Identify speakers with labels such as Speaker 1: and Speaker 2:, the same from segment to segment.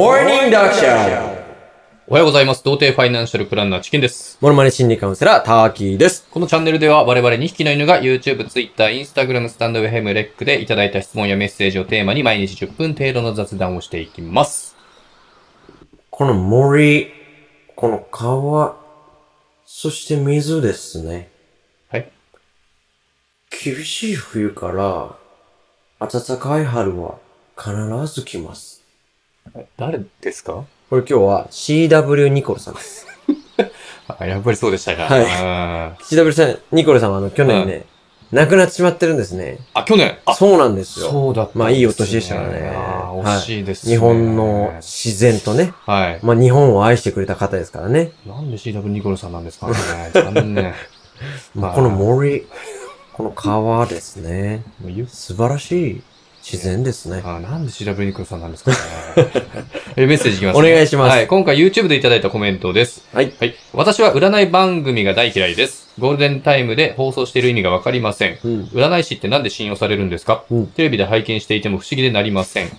Speaker 1: Morning Dog Show
Speaker 2: おはようございます。童貞ファイナンシャルプランナーチキンです。
Speaker 1: モノマネ心理カウンセラー、ターキーです。
Speaker 2: このチャンネルでは我々2匹の犬が YouTube、Twitter、Instagram、スタンドウェヘム、レックでいただいた質問やメッセージをテーマに毎日10分程度の雑談をしていきます。
Speaker 1: この森、この川、そして水ですね。
Speaker 2: はい。
Speaker 1: 厳しい冬から、暖かい春は必ず来ます。
Speaker 2: 誰ですか
Speaker 1: これ今日は CW ニコルさんです。
Speaker 2: あやっぱりそうでしたか。
Speaker 1: はい
Speaker 2: あ
Speaker 1: CW さん、ニコルさんはあの、去年ね、亡くなってしまってるんですね。
Speaker 2: ーあ、去年あ、
Speaker 1: そうなんですよ。
Speaker 2: そうだったんですね、
Speaker 1: まあいいお年でしたからね
Speaker 2: あー
Speaker 1: はい
Speaker 2: 惜しいですね、
Speaker 1: 日本の自然とね、
Speaker 2: はい。
Speaker 1: まあ日本を愛してくれた方ですからね。
Speaker 2: なんで CW ニコルさんなんですかね。残念。
Speaker 1: まあ、
Speaker 2: まあ
Speaker 1: この森、 この川ですね。
Speaker 2: もう言う
Speaker 1: 素晴らしい自然ですね。
Speaker 2: あーなんで CW ニコルさんなんです かね。えメッセージいきます、
Speaker 1: お願いします
Speaker 2: はい。今回 YouTube でいただいたコメントです。
Speaker 1: はい。
Speaker 2: はい。私は占い番組が大嫌いです。ゴールデンタイムで放送している意味がわかりません。
Speaker 1: うん。
Speaker 2: 占い師ってなんで信用されるんですか、
Speaker 1: うん
Speaker 2: テレビで拝見していても不思議でなりません。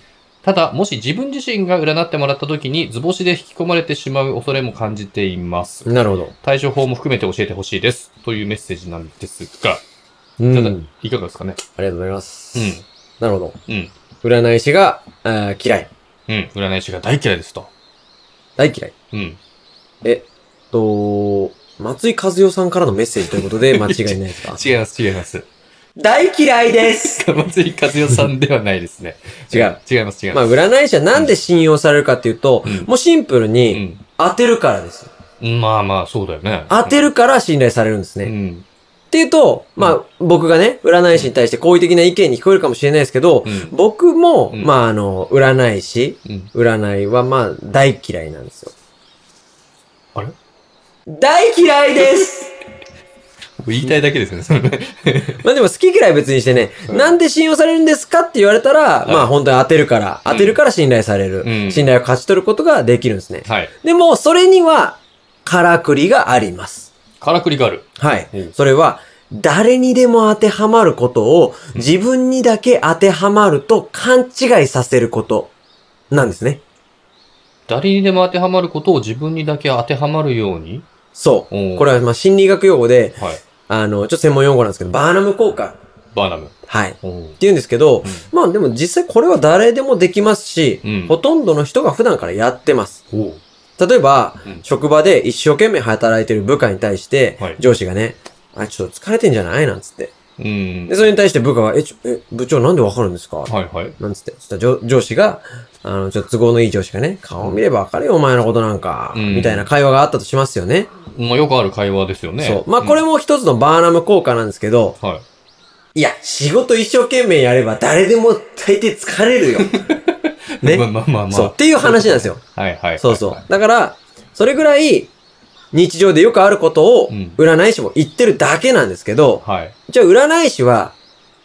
Speaker 2: ただ、もし自分自身が占ってもらった時に図星で引き込まれてしまう恐れも感じています。
Speaker 1: なるほど。
Speaker 2: 対処法も含めて教えてほしいです。というメッセージなんですが、
Speaker 1: う
Speaker 2: ただ
Speaker 1: ん。
Speaker 2: いかがですかね
Speaker 1: ありがとうございます。
Speaker 2: う
Speaker 1: なるほ
Speaker 2: ん。うん。
Speaker 1: ど。占い師が、あー嫌い。
Speaker 2: うん。占い師が大嫌いですと。
Speaker 1: 大嫌い。
Speaker 2: うん。
Speaker 1: と、松井和代さんからのメッセージということで間違いないで すか
Speaker 2: 違います、違います。
Speaker 1: 大嫌いです
Speaker 2: 松井和代さんではないですね。
Speaker 1: 違う。
Speaker 2: 違います、違 い
Speaker 1: まあ、
Speaker 2: ます。
Speaker 1: 占い師はなんで信用されるかっていうと、
Speaker 2: うん
Speaker 1: もうシンプル
Speaker 2: う
Speaker 1: に
Speaker 2: ん。
Speaker 1: 当てるからですよ。
Speaker 2: まあまあ、そうだよね。
Speaker 1: 当てるから信頼されるんですね。
Speaker 2: うん。
Speaker 1: っていうと、まあ、僕がね、占い師に対して好意的な意見に聞こえるかもしれないですけど
Speaker 2: う、ん。
Speaker 1: 僕も、
Speaker 2: うん
Speaker 1: まあ、あの、占い師、
Speaker 2: うん。
Speaker 1: 占いは、まあ、大嫌いなんですよ。
Speaker 2: あれ
Speaker 1: 大嫌いです
Speaker 2: 言いたいだけですよねそれね。
Speaker 1: まあでも好き嫌い別にしてね、
Speaker 2: うん
Speaker 1: なんで信用されるんですかって言われたら、
Speaker 2: い
Speaker 1: まあ本当に当てるから、当てるから信頼される、
Speaker 2: うん
Speaker 1: 信頼を勝ち取ることができるんですね。
Speaker 2: はい。
Speaker 1: でも、それには、からくりがあります。
Speaker 2: からくりがある。
Speaker 1: はい。
Speaker 2: うん
Speaker 1: それは、誰にでも当てはまることを自分にだけ当てはまると勘違いさせることなんですね。
Speaker 2: 誰にでも当てはまることを自分にだけ当てはまるように。
Speaker 1: そ
Speaker 2: お
Speaker 1: う。
Speaker 2: ー
Speaker 1: これはまあ心理学用語で、
Speaker 2: はい。
Speaker 1: あの、ちょっと専門用語なんですけど、バーナム効果。
Speaker 2: バーナム。
Speaker 1: はい。っ
Speaker 2: おー
Speaker 1: て言うんですけど
Speaker 2: うん、
Speaker 1: まあでも実際これは誰でもできますし、
Speaker 2: うん
Speaker 1: ほとんどの人が普段からやってます。
Speaker 2: おう
Speaker 1: 例えば、
Speaker 2: うん
Speaker 1: 職場で一生懸命働いてる部下に対して、
Speaker 2: はい
Speaker 1: 上司がね、あれちょっと疲れてんじゃないなんつって。
Speaker 2: うん
Speaker 1: で、。それに対して部下が、え、ちょえ、部長なんでわかるんですか
Speaker 2: はいはい。
Speaker 1: なんつって。そしたら上上司が、あの、ちょっと都合のいい上司がね、顔見ればわかるよ、お前のことなんか、
Speaker 2: うん
Speaker 1: みたいな会話があったとしますよね。
Speaker 2: まあよくある会話ですよね。
Speaker 1: そう。まあ、これ
Speaker 2: も。
Speaker 1: も一つのバーナム効果なんですけど、
Speaker 2: はい。
Speaker 1: いや、仕事一生懸命やれば誰でも大抵疲れ るよ。ね
Speaker 2: まあまあまあまあ。
Speaker 1: そう。っていう話なんですよ。
Speaker 2: はいはいはい。
Speaker 1: そうそ
Speaker 2: は
Speaker 1: う。だから、それぐらい、日常でよくあることを
Speaker 2: うん、
Speaker 1: 占い師も言ってるだけなんですけど、
Speaker 2: い。はい。
Speaker 1: じゃあ占い師は、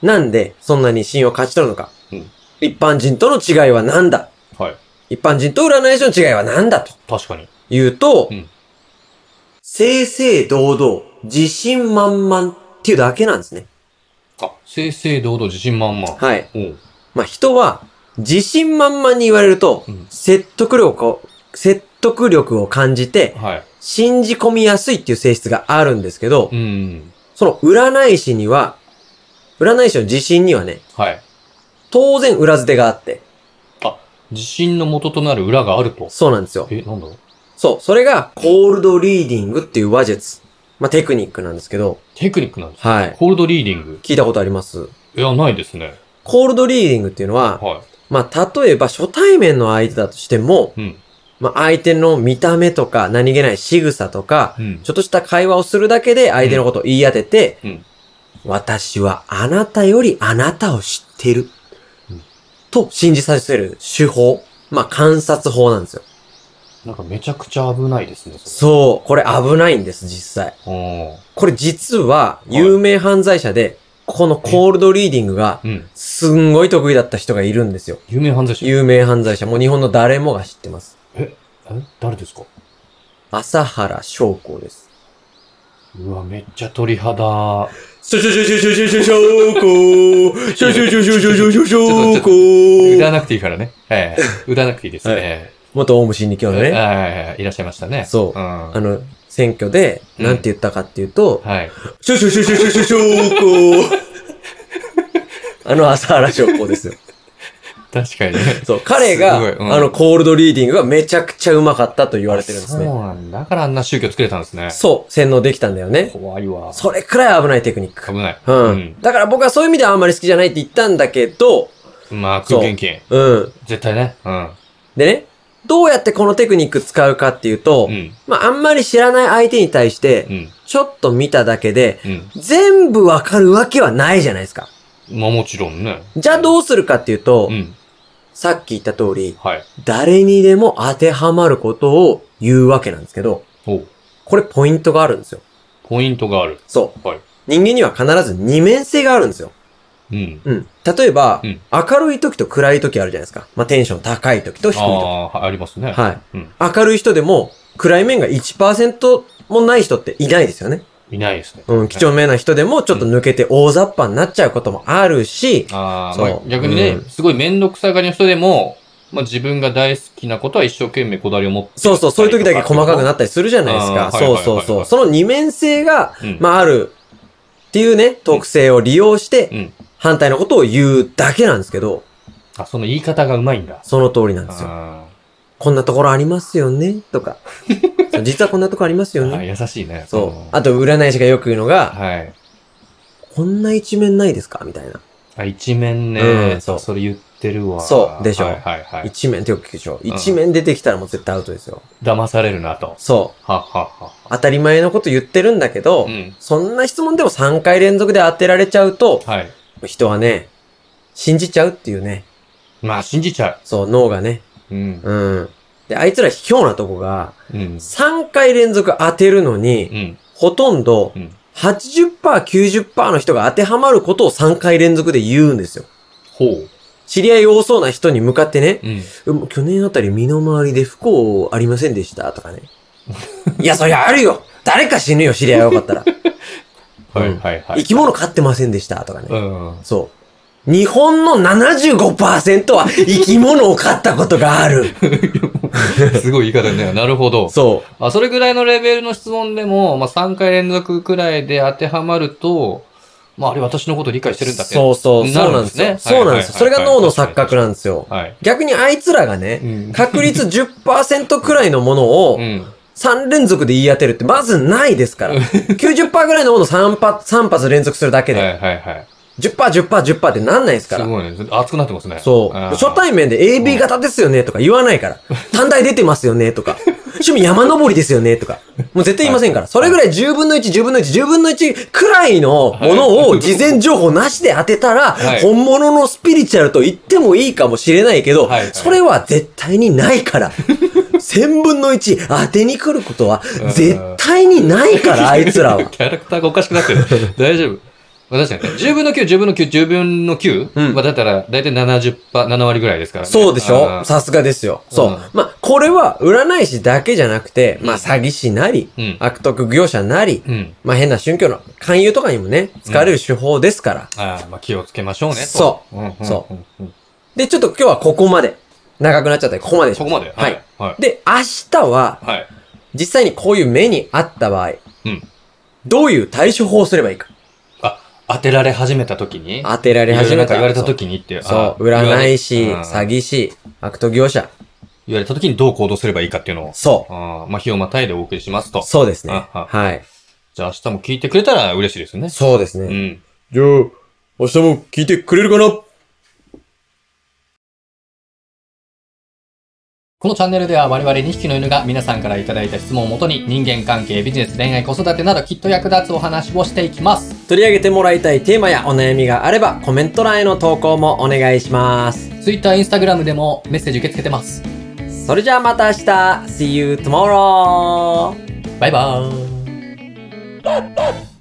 Speaker 1: なんでそんなに信用を勝ち取るのか。
Speaker 2: うん
Speaker 1: 一般人との違いは何だ
Speaker 2: はい。
Speaker 1: 一般人と占い師の違いは何だと
Speaker 2: 確かに。
Speaker 1: 言うと、
Speaker 2: うん
Speaker 1: 正々堂々、自信満々っていうだけなんですね。
Speaker 2: あ、正々堂々自信満々。
Speaker 1: はい。
Speaker 2: おう
Speaker 1: まあ、人は、自信満々に言われると、
Speaker 2: うん
Speaker 1: 説得力を、説得力を感じて、
Speaker 2: はい。
Speaker 1: 信じ込みやすいっていう性質があるんですけど、
Speaker 2: うん。
Speaker 1: その占い師には、占い師の自信にはね、
Speaker 2: はい。
Speaker 1: 当然裏付けがあって、
Speaker 2: 自信の元となる裏があると。
Speaker 1: そうなんですよ。
Speaker 2: え、なんだろう
Speaker 1: そう、それが、コールドリーディングっていう話術。まあ、テクニックなんですけど、
Speaker 2: テクニックなんですか
Speaker 1: はい。
Speaker 2: コールドリーディング。
Speaker 1: 聞いたことあります
Speaker 2: いや、ないですね。
Speaker 1: コールドリーディングっていうのは、
Speaker 2: は
Speaker 1: まあ、例えば初対面の相手だとしても、
Speaker 2: い。うん。
Speaker 1: まあ、相手の見た目とか、何気ない仕草とか、
Speaker 2: うん
Speaker 1: ち。ょっとした会話をするだけで相手のことを言い当てて、
Speaker 2: うん
Speaker 1: 私はあなたよりあなたを知ってる
Speaker 2: うん。
Speaker 1: と信じさせる手法。まあ、観察法なんですよ。
Speaker 2: なんかめちゃくちゃ危ないですね、そ
Speaker 1: そう、これ危ないんです、実際。
Speaker 2: れ。おー
Speaker 1: これ実は、
Speaker 2: い
Speaker 1: 有名犯罪者で、このコールドリーディングが、
Speaker 2: うん。
Speaker 1: すんごい得意だった人がいるんですよ。
Speaker 2: 有名犯罪者。
Speaker 1: 有名犯罪者、もう日本の誰もが知ってます。
Speaker 2: え誰ですか
Speaker 1: 朝原将校です。
Speaker 2: うわ、めっちゃ鳥肌
Speaker 1: しょしょしょしょしょしょしょしょこー。しょしょしょしょしょしょしょしょこ
Speaker 2: 歌
Speaker 1: ー。
Speaker 2: わなくていいからね。 ええ。歌わなくていいです
Speaker 1: は
Speaker 2: ね。
Speaker 1: 元オウム真理教の
Speaker 2: はい
Speaker 1: ね、
Speaker 2: はいはい。いらっしゃいましたね。
Speaker 1: そう
Speaker 2: うん。
Speaker 1: あ
Speaker 2: は
Speaker 1: の、選挙で、
Speaker 2: うん
Speaker 1: なんて言ったかっていうと、
Speaker 2: い。
Speaker 1: しょしょしょしょしょしょしょこー。あの、朝原将校ですよ。
Speaker 2: 確かにね。
Speaker 1: そう、彼が、
Speaker 2: すごいうん
Speaker 1: あの、コールドリーディングがめちゃくちゃうまかったと言われてるんです
Speaker 2: そう
Speaker 1: ね。
Speaker 2: なんだ。だからあんな宗教作れたんですね。
Speaker 1: そう、洗脳できたんだよね。
Speaker 2: 怖いわ。
Speaker 1: それくらい危ないテクニック
Speaker 2: 危。ない。
Speaker 1: うん。だから僕はそういう意味ではあんまり好きじゃないって言ったんだけど、
Speaker 2: うん。まあ、空元金。
Speaker 1: うん。
Speaker 2: 絶対ね。うん。
Speaker 1: でね、どうやってこのテクニック使うかっていうと、
Speaker 2: うん。
Speaker 1: まああんまり知らない相手に対して
Speaker 2: う、ん。
Speaker 1: ちょっと見ただけで、
Speaker 2: うん。
Speaker 1: 全部わかるわけはないじゃないですか。
Speaker 2: まあもちろんね。
Speaker 1: じゃあどうするかっていうと、
Speaker 2: うん。
Speaker 1: さっき言った通り、
Speaker 2: はい。
Speaker 1: 誰にでも当てはまることを言うわけなんですけど、
Speaker 2: おう
Speaker 1: これポイントがあるんですよ。
Speaker 2: ポイントがある。
Speaker 1: そう。
Speaker 2: はい
Speaker 1: 人間には必ず二面性があるんですよ。
Speaker 2: うん。
Speaker 1: うん。例えば、
Speaker 2: うん
Speaker 1: 明るい時と暗い時あるじゃないですか。まあ、テンション高い時と低い
Speaker 2: あ
Speaker 1: 時。
Speaker 2: あー、ありますね。
Speaker 1: はい。
Speaker 2: うん。
Speaker 1: 明るい人でも、暗い面が1%もない人っていないですよね。
Speaker 2: いないですね。
Speaker 1: うん、貴重面な人でもちょっと抜けて大雑把になっちゃうこともあるし、
Speaker 2: ああ、
Speaker 1: そう
Speaker 2: まあ逆にね、
Speaker 1: うん
Speaker 2: すごい面倒くさがりの人でも、まあ自分が大好きなことは一生懸命こだわりを持って。
Speaker 1: そうそう、そういう時だけ細かくな
Speaker 2: っ
Speaker 1: ったりするじゃないですか。
Speaker 2: あーはいはい
Speaker 1: そう
Speaker 2: はい
Speaker 1: そうそ
Speaker 2: は
Speaker 1: う。
Speaker 2: い
Speaker 1: その二面性が、
Speaker 2: うん。
Speaker 1: まあ、あるっていうね、特性を利用して、
Speaker 2: うん
Speaker 1: 反対のことを言うだけなんですけど、
Speaker 2: あ、その言い方がうまいんだ。
Speaker 1: その通りなんですよ。
Speaker 2: あ
Speaker 1: こんなところありますよねと か。そう実はこんなところあります
Speaker 2: ー
Speaker 1: よ
Speaker 2: あ
Speaker 1: ね。
Speaker 2: ー、優しいね。
Speaker 1: そう。あと、占い師がよく言うのが、
Speaker 2: はい。
Speaker 1: こんな一面ないですかみたいな。
Speaker 2: あ、一面ね、
Speaker 1: うん
Speaker 2: そ。
Speaker 1: そうう
Speaker 2: それ言ってるわ。
Speaker 1: そうでしょ
Speaker 2: はいはいはい。
Speaker 1: 一面ってよく聞くでしょ。
Speaker 2: ん
Speaker 1: 一面出てきたらもう絶対アウトですよ。
Speaker 2: 騙されるなと。
Speaker 1: そ
Speaker 2: はっはっは。
Speaker 1: う。当たり前のこと言ってるんだけど、
Speaker 2: うん。
Speaker 1: そんな質問でも3回連続で当てられちゃうと、
Speaker 2: はい。
Speaker 1: 人はね、信じちゃうっていうね。
Speaker 2: まあ、信じちゃ
Speaker 1: そう、脳がね。
Speaker 2: う。うん。
Speaker 1: うん。で、あいつら卑怯なとこが、
Speaker 2: うん。
Speaker 1: 3回連続当てるの
Speaker 2: う
Speaker 1: に、
Speaker 2: ん。
Speaker 1: ほとんど
Speaker 2: うん。
Speaker 1: 80%、90%の人が当てはまることを3回連続で言うんですよ。
Speaker 2: ほう。
Speaker 1: 知り合い多そうな人に向かってね、
Speaker 2: うん。
Speaker 1: うん去年あたり身の回りで不幸ありませんでしたとかね。 いや、そりゃあるよ誰か死ぬよ、知り合いがよかったら。
Speaker 2: はいはい はい。
Speaker 1: 生き物飼ってませんでしたとかね。
Speaker 2: うん。
Speaker 1: そう。日本の75%は生き物を飼ったことがある。
Speaker 2: すごい言い方だ よ。なるほど。
Speaker 1: そ
Speaker 2: あ、 それぐらいのレベルの質問でも、まあ、3回連続くらいで当てはまると、まあ、あれ私のこと理解し
Speaker 1: う。
Speaker 2: てるんだって。
Speaker 1: そうそう、
Speaker 2: な
Speaker 1: そう
Speaker 2: る
Speaker 1: なんん
Speaker 2: で
Speaker 1: ですす
Speaker 2: ね
Speaker 1: よ。そうなんですよ。そ
Speaker 2: はい
Speaker 1: れ
Speaker 2: はいはい
Speaker 1: が脳の錯覚なんですよ。
Speaker 2: はい。
Speaker 1: 逆にあいつらが
Speaker 2: う
Speaker 1: ね、
Speaker 2: ん。
Speaker 1: 確率10%くらいのものを
Speaker 2: う、ん。
Speaker 1: 3連続で言い当てるってまずないですから。90%ぐらいのもの3発、3発連続するだけ
Speaker 2: は
Speaker 1: で。
Speaker 2: いはいはい。
Speaker 1: 10%、10%、10%ってなんないですか
Speaker 2: す
Speaker 1: ら。
Speaker 2: ごいね。熱くなってますね。
Speaker 1: そう。
Speaker 2: あー
Speaker 1: 初対面で AB 型ですよねとか言わないから。短大出てますよねと か。趣味山登りですよねとか。もう絶対言いませんから。それぐらい10分の1、10分の1、10分の1くらいのもの
Speaker 2: は
Speaker 1: を
Speaker 2: い
Speaker 1: 事前情報なしで当てたら
Speaker 2: はい、
Speaker 1: 本物のスピリチュアルと言ってもいいかもしれないけど
Speaker 2: はいはい、
Speaker 1: それは絶対にないから。1000分の1当てに来ることは絶対にないから、あいつらは。
Speaker 2: キャラクターがおかしくなってる。 大丈夫。まあ確かにね。10分の9、10分の9、10分の 9?
Speaker 1: うん
Speaker 2: まあだったら、だいたい70%、7割ぐらいですからね。
Speaker 1: そうでし
Speaker 2: あ
Speaker 1: ょ
Speaker 2: ー
Speaker 1: さすがですよ。
Speaker 2: う
Speaker 1: そ
Speaker 2: ん
Speaker 1: う。まあ、これは占い師だけじゃなくて、まあ、詐欺師なり、
Speaker 2: うん
Speaker 1: 悪徳業者なり、
Speaker 2: うん。
Speaker 1: まあ、変な宗教の勧誘とかにもね、使われる手法ですから。
Speaker 2: ああ、まあ気をつけましょうね。。
Speaker 1: そう
Speaker 2: うん
Speaker 1: そ
Speaker 2: うんうんうん
Speaker 1: で、ちょっと今日はここまで。長くなっちゃったり、ここまでし
Speaker 2: そ
Speaker 1: ま
Speaker 2: こ
Speaker 1: す
Speaker 2: まで。
Speaker 1: は
Speaker 2: はい
Speaker 1: い。。
Speaker 2: はい。
Speaker 1: で、明日は、
Speaker 2: はい。
Speaker 1: 実際にこういう目にあった場合、
Speaker 2: うん
Speaker 1: どういう対処法をすればいいか。
Speaker 2: 当てられ始めた時に
Speaker 1: 当てられ
Speaker 2: いろい
Speaker 1: 始
Speaker 2: ろな
Speaker 1: め
Speaker 2: んか
Speaker 1: た
Speaker 2: 言われた時にっていう。あ
Speaker 1: そ
Speaker 2: ー
Speaker 1: う。占い師、
Speaker 2: 言われ
Speaker 1: 詐
Speaker 2: うん
Speaker 1: 欺師、悪徳業者。
Speaker 2: 言われた時にどう行動すればいいかっていうのを。
Speaker 1: そ
Speaker 2: あーまあ、日をまたいでお送りします
Speaker 1: う。
Speaker 2: と。
Speaker 1: そうですね。
Speaker 2: ああ
Speaker 1: はい。
Speaker 2: じゃあ明日も聞いてくれたら嬉しいですよね。
Speaker 1: そうです
Speaker 2: う
Speaker 1: ね。
Speaker 2: ん。
Speaker 1: じゃあ、明日も聞いてくれるかな
Speaker 2: このチャンネルでは我々2匹の犬が皆さんからいただいた質問をもとに人間関係、ビジネス、恋愛、子育てなどきっと役立つお話をしていきます。
Speaker 1: 取り上げてもらいたいテーマやお悩みがあればコメント欄への投稿もお願いします。
Speaker 2: Twitter、Instagram でもメッセージ受け付けてます。
Speaker 1: それじゃあまた明日 !See you tomorrow!
Speaker 2: バイバーイ。